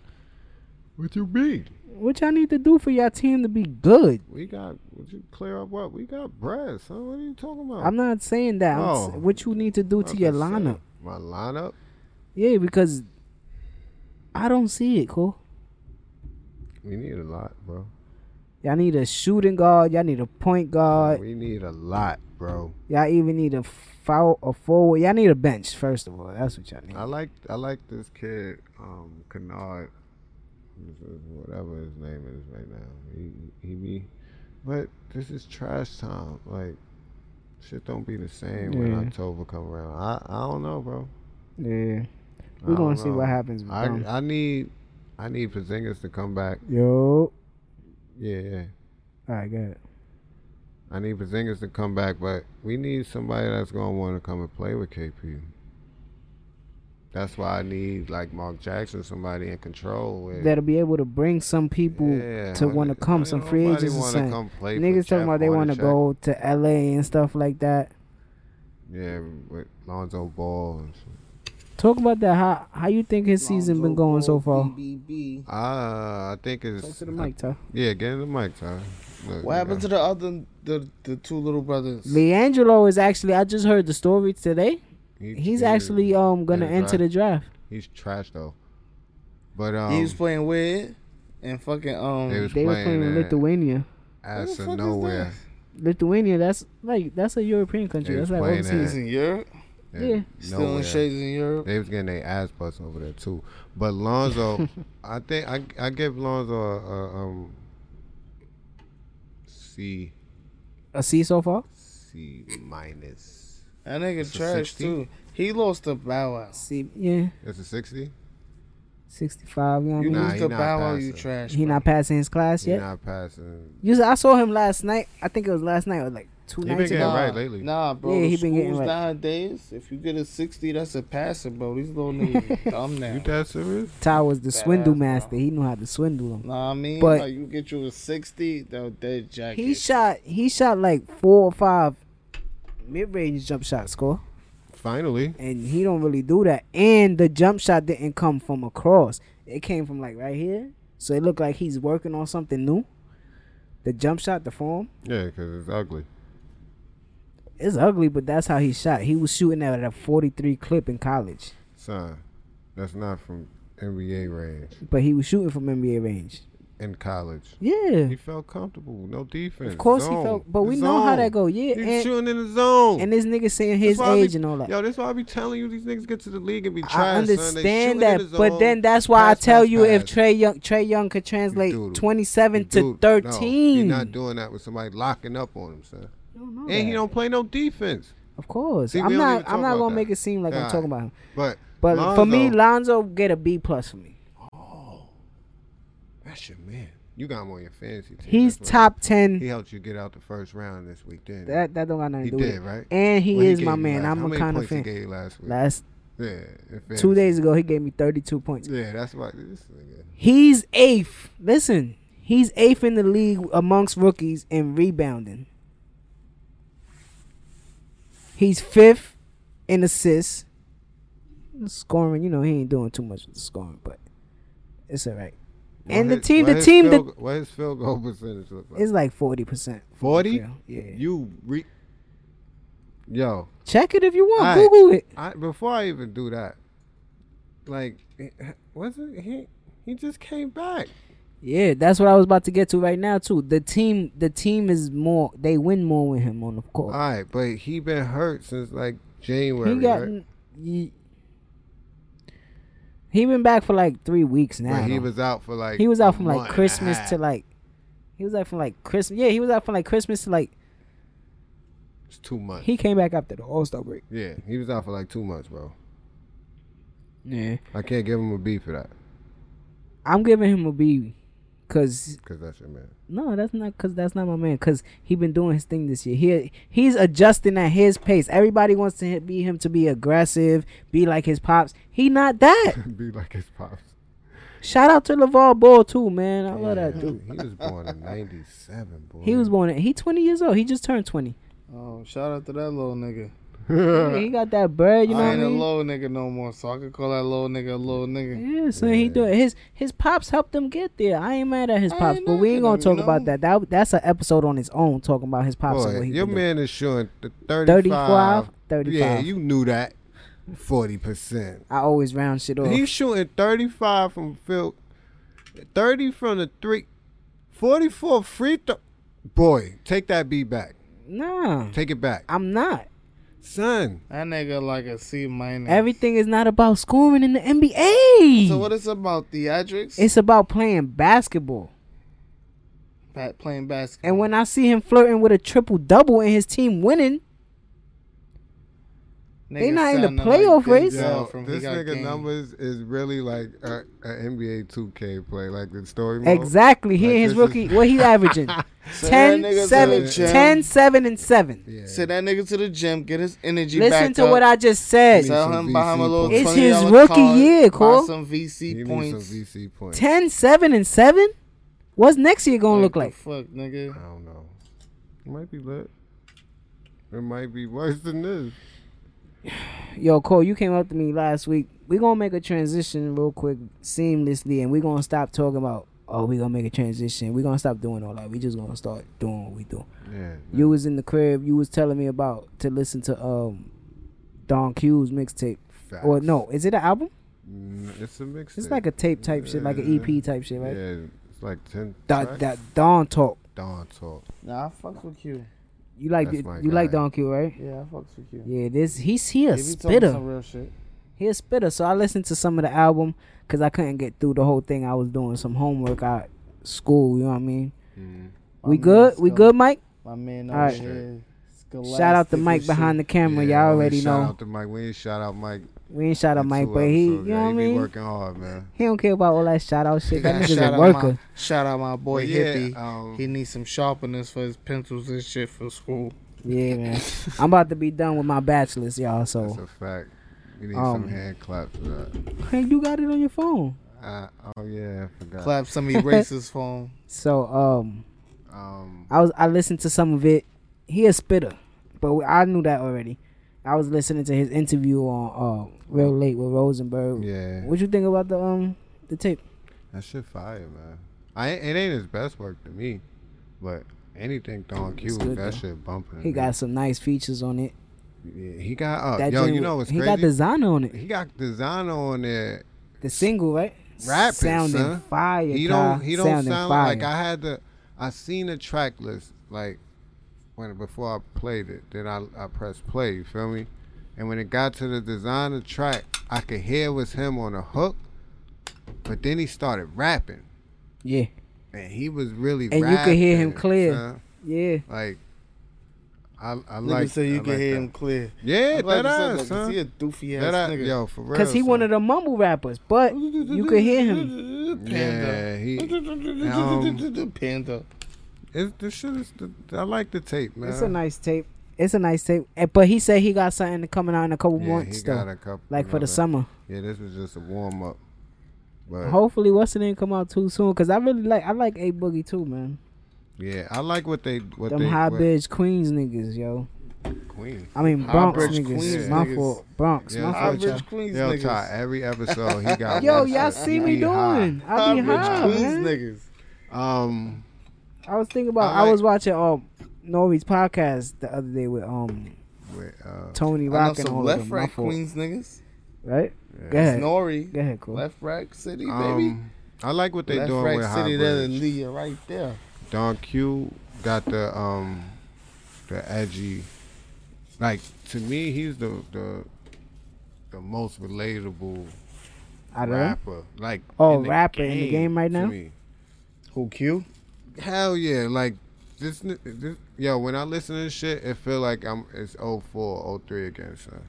What you mean?
What y'all need to do for y'all team to be good?
We got. What you clear up? What we got? Bread, son. What are you talking about?
I'm not saying that. I'm s-
Oh.
what you need to do to
I'm
your
just saying.
lineup?
My lineup.
Yeah, because I don't see it, cool.
We need a lot, bro.
Y'all need a shooting guard. Y'all need a point guard.
we need a lot, bro.
Y'all even need a foul a forward. Y'all need a bench first of all. That's what y'all need.
I like I like this kid, um, Kennard, whatever his name is right now. He he be, but this is trash time. Like, shit don't be the same when
Yeah.
October come around. I I don't know, bro.
yeah,
I
we're
don't
gonna see
know.
what happens. With them.
I I need I need Porzingis to come back.
Yo, all
Yeah, yeah.
right, good.
I need Porzingis to come back, but we need somebody that's gonna want to come and play with KP. That's why I need like Mark Jackson, somebody in control with.
That'll be able to bring some people
Yeah,
to
honey.
want to come.
Ain't
Some free
nobody
agents or
wanna
something.
come play for
Niggas
Jeff
talking about they want to
Hornacek.
go to LA and stuff like that.
Yeah, with Lonzo Ball. And shit.
Talk about that. How how you think his season been going so far?
BBB.
Ah, I think it's.
Talk to the mic, Ty.
Yeah, get in the mic, Ty. Look,
What happened to the other the the two little brothers?
Leangelo is actually. I just heard the story today. He's actually um gonna enter the draft.
He's trash though. But um,
he was playing weird and fucking um.
They was-
They was
playing
playing with
that.
Lithuania.
Who
ass
the
of
fuck is
nowhere.
Lithuania, that's like that's a European country.
They
That's
was
like
playing
He's
overseas.
in Europe,
Yeah.
still
nowhere.
in shades in Europe.
They was getting their ass bust over there too. But Lonzo, I think I I give Lonzo a, a um C
A C so far?
C minus.
That nigga
a
trash
60?
too. He lost to Bow Wow.
C, yeah,
It's a sixty.
sixty five. You know what I
You
mean?
Nah,
lose
he
to
not
Bow Wow, you
passing.
trash.
He
bro.
not passing his class
He's
yet.
not passing.
You see, I saw him last night. I think it was last night or like two
He been
nights
getting
ago.
right lately.
Nah, bro.
Yeah,
the
he been getting
schools
right.
nowadays. If you get a sixty, that's a passer, bro. These little niggas dumb now.
You that serious?
Ty was the
Badass,
swindle
bro.
master. He knew how to swindle him.
Nah, I mean,
But-
like you get you a sixty, though that jacket.
He shot. He shot like four or five mid range jump shots. Score.
Finally.
and he don't really do that. And the jump shot didn't come from across; it came from like right here. So it looked like he's working on something new. the jump shot, the form,
Yeah, because it's ugly.
it's ugly, but that's how he shot. He was shooting at a 43 clip in college,
Son, that's not from NBA range
but he was shooting from NBA range.
in college.
Yeah.
He felt comfortable, no defense.
Of course
zone,
he felt, but we
the
know how
zone.
that go. Yeah,
He
and,
shooting in the zone.
and this nigga saying
That's
his
why I be-
age and all that.
Yo, that's why I be telling you these niggas get to the league and be
I
trying.
understand that, but then that's why I tell you if Trey Young Trey Young could translate
doodle.
twenty seven to
no,
thirteen.
you're not doing that with somebody locking up on him, son. And he don't play no defense.
Of course,
See, we
I'm
don't
not.
even
I'm
talk
not
about
gonna
that.
make it seem like I'm
Nah.
talking about him.
But
But for me,
Lonzo,
Lonzo get a B plus for me.
that's your man. You got him on your fantasy team.
He's
That's what-
top
He
ten.
helped you get out the first round this week, didn't he?
That that don't got nothing
he
to do
did,
with it.
right?
And he
What
is
gave
my
you
man.
last-
I'm
how
a
many
kind of
points he
fan.
gave you last week.
Last
yeah, in
two
fantasy.
days ago, he gave me thirty two points.
Yeah, that's why this nigga.
He's eighth. Listen, he's eighth in the league amongst rookies in rebounding. He's fifth in assists. Scoring, you know, he ain't doing too much with the scoring, but it's all right. And
What
the
his-
team-
what
the
his
team
field, what his field goal percentage look like?
It's like forty percent.
40?
Yeah.
You re. Yo,
Check it if you want.
All right.
Google it.
I before I even do that, like, it- was it he? He just came back.
Yeah, that's what I was about to get to right now too. The team, the team is more. They win more with him on the
All
court.
right, but he been hurt since like January.
he got.
right?
He, he been back for like three weeks now.
But he
though.
was out for like.
He was out from
a month
like
and a
Christmas
half.
to like. He was out from like Christmas. Yeah, he was out from like Christmas to like.
It's two months.
He came back after the All Star break.
yeah, he was out for like two months, bro.
Yeah,
I can't give him a B for that
I'm giving him a B, cause
because that's your man.
No, that's not because that's not my man. Because he been doing his thing this year. He he's adjusting at his pace. Everybody wants to hit- be him to be aggressive, be like his pops. He not that.
Be like his pops.
Shout out to Levar Ball too, man. I love that dude.
He was born in '97, boy.
He was born. He twenty years old. He just turned twenty.
Oh, shout out to that little nigga.
Yeah, he got that bird. You know
I
what I
ain't a
mean?
little nigga no more, so I could call that little nigga a little nigga.
Yeah, so he do it. His his pops helped him get there. I ain't mad at his
I
pops,
ain't
but we ain't gonna
knocking him,
talk
you
about
know?
that. That that's an episode on its own talking about his pops and
Boy,
what he
your
can do.
man is showing th-
35,
35.
35.
Yeah, you knew that. 40%.
I always round shit off.
He's shooting 35 from field, 30 from the three, 44 free throw. Boy, take that B back.
Nah,
Take it back.
I'm not.
Son,
That nigga like a C minus.
Everything is not about scoring in the NBA.
Mm. So what it's about theatrics?
It's about playing basketball.
Ba- playing basketball.
And when I see him flirting with a triple double and his team winning, they
Nigga
not in the
sounding
playoff race.
Denzel
yo,
from He
this
Got
nigga
Game.
numbers is really like an NBA 2K play, like the story mode.
exactly he
Like,
and his
this is-
rookie, what he averaging?
Send that
10,
nigga to
7,
the gym.
10, 7, and 7.
Yeah.
Send that nigga to the gym. Get his energy
Listen
back
to
up.
what I just said.
Exactly.
Tell
Some
him buy him a
VC
little.
points.
It's his
$20
rookie
card,
year,
buy
Cole.
Some
He
VC
needs
points.
some VC points.
10, 7, and 7? What's next year going to look
the
like?
fuck, nigga.
I don't know. It might be lit. It might be worse than this.
Yo, Cole, you came up to me last week. We're gonna make a transition real quick, seamlessly, and we're gonna stop talking about oh, we're gonna make a transition. We're gonna stop doing all that. We just gonna start doing what we do.
Yeah.
You was in the crib, you was telling me about to listen to um Don Q's mixtape.
Facts.
Or no, is it an album?
Mm, It's a mix.
It's like a tape type shit, like an EP type shit, right?
Yeah, it's like ten.
That
tracks.
that Don talk.
Dawn talk.
Nah, I fucks with you.
You like
That's
it-
my
you like
guy.
Don Q, right?
Yeah, I fucks with you.
Yeah, this he's he
Yeah,
a
he told me
spitter.
Some real shit.
He a spitter. So I listened to some of the album because I couldn't get through the whole thing. I was doing some homework at school. You know what I mean?
My
we
man
good? We
Scal-
good, Mike?
My man
All
over
right.
here.
shout out to Mike behind the camera. Y'all already
shout
know.
Shout out to Mike. We ain't shout out Mike.
We ain't shout out
in
Mike,
two
but he, you
episodes.
know
yeah,
what I
he
mean?
be working hard, man.
He don't care about all that shout out shit. That
Yeah,
nigga's
shout,
a
out my,
worker.
shout out my boy
But yeah,
Hippie.
um,
he needs some sharpeners for his pencils and shit for school.
Yeah, man. I'm about to be done with my bachelor's, y'all.
That's
So
a fact. We need
Um,
some hand claps for that.
hey, you got it on your phone.
Uh, oh yeah, I forgot.
Clap some erasers for him.
So um,
Um,
I was I listened to some of it. He a spitter, but we, I knew that already. I was listening to his interview on uh, Real Late with Rosenberg.
yeah,
What you think about the um the tape?
that shit fire, man. I ain't- it ain't his best work to me, But anything thrown Q,
good,
that
though.
shit bumping.
He got some nice features on it.
yeah, he got up.
That
Uh, Yo,
joint
you
with-
know what's
he
crazy?
got designer on it.
he got designer on there.
The single, right?
Rapping,
sounding
son.
fire.
He
Kai.
don't he don't
sounding
sound
fire.
like I had to. I seen the track list like when before I played it. Then I I pressed play. You feel me? And when it got to the designer track, I could hear was him on the hook, but then he started rapping,
Yeah,
and he was really
And you could hear him
rapping,
clear.
son.
yeah.
Like I I
Nigga
like.
say you
I
can
like
hear
that.
him clear.
Yeah,
I'm glad
that
you said
ass,
that, 'cause He a
son.
doofy ass
That ass,
nigga.
yo, for real.
Cause he
son.
one of the mumble rappers, but you could hear him.
Yeah, he.
Panda.
Um,
Panda.
It's, this shit is. The, I like the tape, man.
It's a nice tape. It's a nice tape. Eh, But he said he got something coming out in a couple
Yeah,
months
he got
though,
a couple.
like for the
another-
summer.
Yeah, this was just a warm up. But
Hopefully, what's the name come out too soon? Cause I really like I like a boogie too, man.
yeah, I like what they what
Them
they
high
what,
bitch Queens niggas, yo.
Queen.
I mean
High
Bronx
bridge
niggas.
Queens
my
niggas.
fault, Bronx.
Yeah.
My
High
fault, y'all.
Average Queens
Yo, Ty,
niggas.
every episode he got.
Yo,
one
y'all
shit.
see
He
me
be high.
doing? I be high,
Average Queens
man.
niggas.
Um,
I was thinking about.
I
I, was watching um Norby's podcast the other day with um
with, uh,
Tony
I know
Rock and
some
all
left
of them. My
rack
fault.
Queens niggas.
right?
Yeah.
Go ahead.
Nori.
Go ahead, cool.
Left rack city, baby.
um, I like what they
Left
doing
rack
with
city,
high
that's
bridge.
Leah right there.
Don Q got the um the edgy like to me he's the the the most relatable
I don't know.
rapper like
Oh,
the
rapper in the game right
to
now?
me.
Who Q?
Hell yeah, like this, n- this yo when I listen to this shit it feel like I'm it's 04, 03 again son.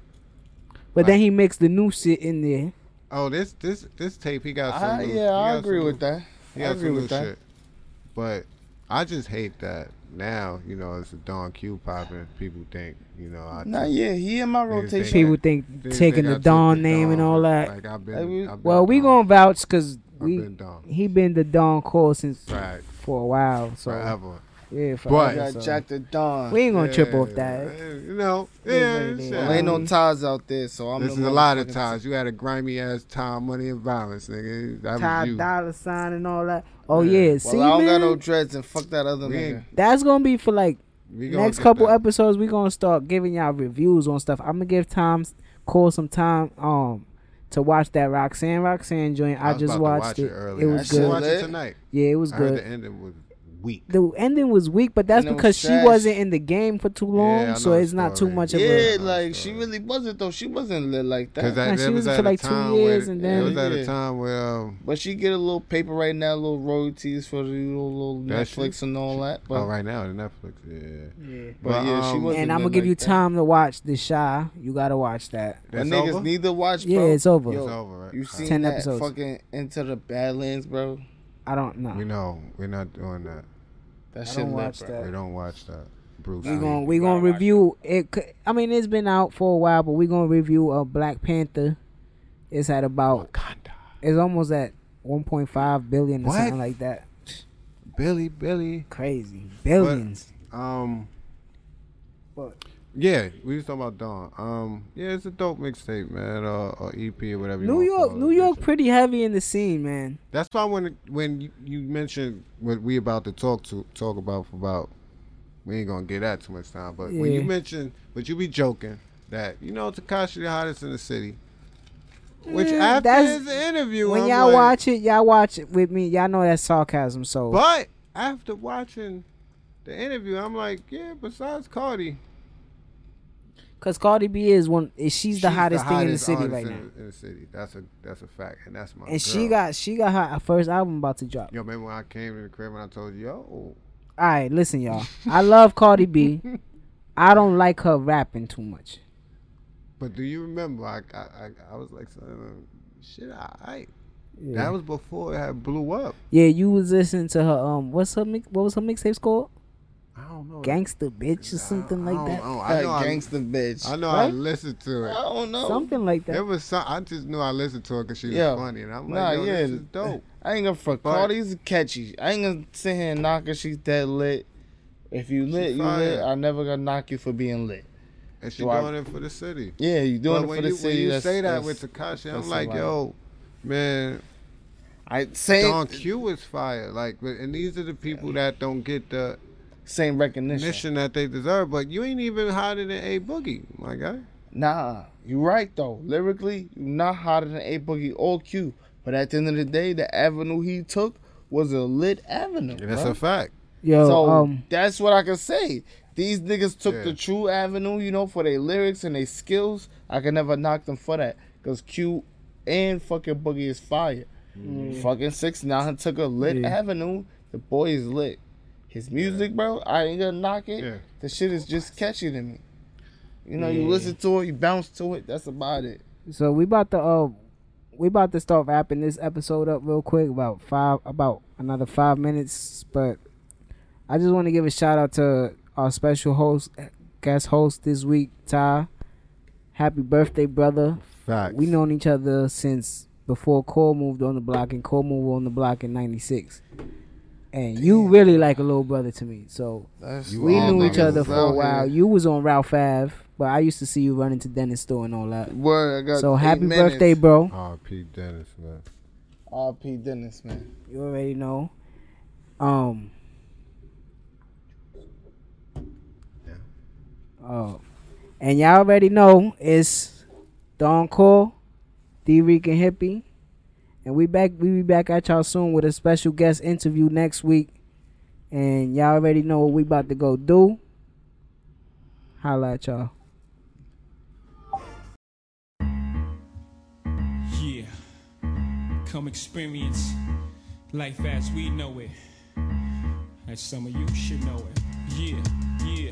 But then he makes the new shit in there.
Oh this this this tape he got some
I,
new-
yeah,
he
I
got
agree
some
with
new-
that.
he
I
got some
agree
new
with that.
shit. But I just hate that now you know it's a Don Q popping people think you know I
Nah, yeah, he in my
Niggas
rotation.
think-
People think
They-
taking
they
the
got
Don
taken
name and
down.
all that.
Like I've
Like, we-
been, I've been
well, we
down.
gonna vouch because we
been down.
he been the Don call since
Right.
for a while. So
forever.
yeah, for
But-
got
so.
Jack the Don.
we ain't gonna trip off
Yeah,
that.
You know,
what
yeah.
it is.
shit.
Well,
Well, ain't no ties out there, so I'm.
this
the
is a lot of
motherfucking-
times. You had a grimy ass time, money, and violence, nigga. That
Ty
was you.
Dollar Sign and all that. Oh
Yeah.
yeah,
Well,
see
I don't
man,
got no dreads and fuck that other
We
nigga.
ain't-
that's gonna be for like
We gonna
next
get
couple
that.
episodes. We gonna start giving y'all reviews on stuff. I'm gonna give Tom call some time um to watch that Roxanne Roxanne joint. I,
was
just
about to
watched
watch
it.
earlier.
It
I
was
should
good.
Watch it
Lit.
tonight.
Yeah, it was
I heard
good.
the ending was weak.
the ending was weak, but that's
And it was
because she
trash.
wasn't in the game for too long,
I
so
know
it's
the
not too
story.
much of
Yeah,
a.
I'm
like
sorry.
she really wasn't though. She wasn't lit like that.
Cause that,
Nah,
that
she was
was
in
at
for
a
like two
time
years
where,
and
it
then-
was at
Yeah.
a time where um,
But she get a little paper right now, little royalties for the little, little
That shit?
Netflix and all that. But,
oh, right now the Netflix, yeah.
yeah.
but,
But,
yeah, she
um,
wasn't.
And I'm gonna
lit
give
like
you
that.
time to watch The Shy. You gotta watch that.
But
That's
niggas
over?
need to watch.
Yeah,
Bro.
it's over.
Yo,
It's over, right?
You
All right.
seen
10
that
episodes.
fucking Into the Badlands, bro?
I don't know.
We
We
know we're not doing that.
That
I
shit
don't
lit,
watch
bro.
that.
We don't watch that. Bruce. Lee.
gonna we gonna review it. c- I mean, it's been out for a while, but we gonna review a Black Panther. It's at about.
Wakanda.
It's almost at 1.5 billion or
What?
something like that.
Billy, Billy.
Crazy billions.
Um.
What?
Yeah, we was talking about Dawn. Um. Yeah, it's a dope mixtape, man, or, or EP or whatever. you
New
wanna
York,
call it.
New York, pretty heavy in the scene, man.
That's why when when you, you mentioned what we about to talk to talk about for about, we ain't gonna get that too much time. But when you
Yeah.
mentioned, but you be joking that you know Takashi the hottest in the city. Which
Mm,
after
that's-
his interview,
when
I'm
y'all
like,
watch it, y'all watch it with me. Y'all know that's sarcasm. So
But after watching the interview, I'm like, yeah. Besides Cardi,
Because Cardi B is one, is- she's, the hottest thing
hottest
in the city
artist
right now,
in the- in the city. That's a that's a fact, and that's my.
and she
girl.
got she got her first album about to drop.
Yo, remember when I came to the crib and I told you, yo,
All right, listen, y'all. I love Cardi B. I don't like her rapping too much.
but do you remember? I I, I, I was like, son, shit, I, I
Yeah.
that was before it had blew up.
yeah, you was listening to her. Um, what's her mix? What was her mixtape called?
I don't know.
Gangsta bitch or something
Oh. I
like
don't- I,
that.
don't- I
That
know. I,
gangsta bitch.
I know. I
Right?
listened to
I
it.
don't know.
Something like
There
that.
was some. I just knew I listened to it because she was
Yeah.
funny, and I'm like,
Nah,
yo,
yeah.
this is dope.
I ain't gonna fuck.
But-
Cardi's catchy. I ain't gonna sit here and knock her. She's that lit. If you lit, you
fire.
lit. I never gonna knock you for being lit.
And she
Do I-
doing it for the city.
Yeah, you doing
But
it
when
for the
you,
city.
When you
that's-
say that
that's-
with Takashi, I'm
that's a
like,
lot.
yo, man,
I same
Don Q was fired. Like, but- and these are the people that don't get the
same recognition.
mission that they deserve. But you ain't even hotter than a boogie, my guy.
Nah, you right though. Lyrically, you not hotter than A Boogie or Q. But at the end of the day, the avenue he took was a lit avenue.
That's
bruh.
a fact.
Yo,
so
um,
that's what I can say. These niggas took
Yeah.
the true avenue, you know, for their lyrics and their skills. I can never knock them for that. Cause Q and fucking Boogie is fire. Fucking six nine took a lit
Mm. Yeah.
avenue. The boy is lit. His music, bro, I ain't gonna knock it.
Yeah.
The shit is just catchy to me. You know, you listen to it, you bounce to it. That's about it.
so we about to uh, we about to start wrapping this episode up real quick. About five, about another five minutes, but I just want to give a shout out to our special host, guest host this week, Ty. Happy birthday, brother!
Facts.
We known each other since before Cole moved on the block, and Cole moved on the block in '96. And you really like a little brother to me, so
That's
You
we
all
knew each
niggas
other
is
for
out
a
here.
while. You was on Route Five, but I used to see you running to dentist store and all that.
Word, I got
So
eight
happy
minutes.
birthday, bro!
R.P. Dennis, man.
R.P. Dennis, man.
You already know. Um. Oh, and y'all already know it's Don Cole, D Reek and Hippie, and we back. We be back at y'all soon with a special guest interview next week, and y'all already know what we about to go do. Holla at y'all.
Yeah. Come experience life as we know it. As some of you should know it. Yeah, yeah.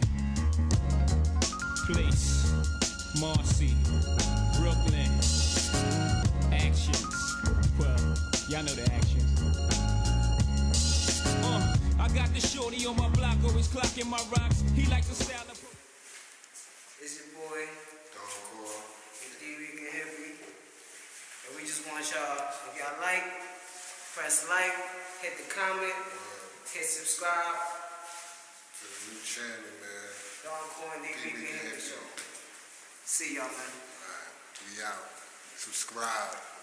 Place, Marcy, Brooklyn. Actions. Well, y'all know the actions. Uh, I got the shorty on my block, always clocking my rocks. He likes the style of.
It's your boy. Don Core. It's D Week and Henry. And we just want y'all, if y'all like, press like, hit the comment, hit subscribe.
new channel, man.
Don Core and D Week and Henry Show. See y'all, man.
All right, we out. Subscribe.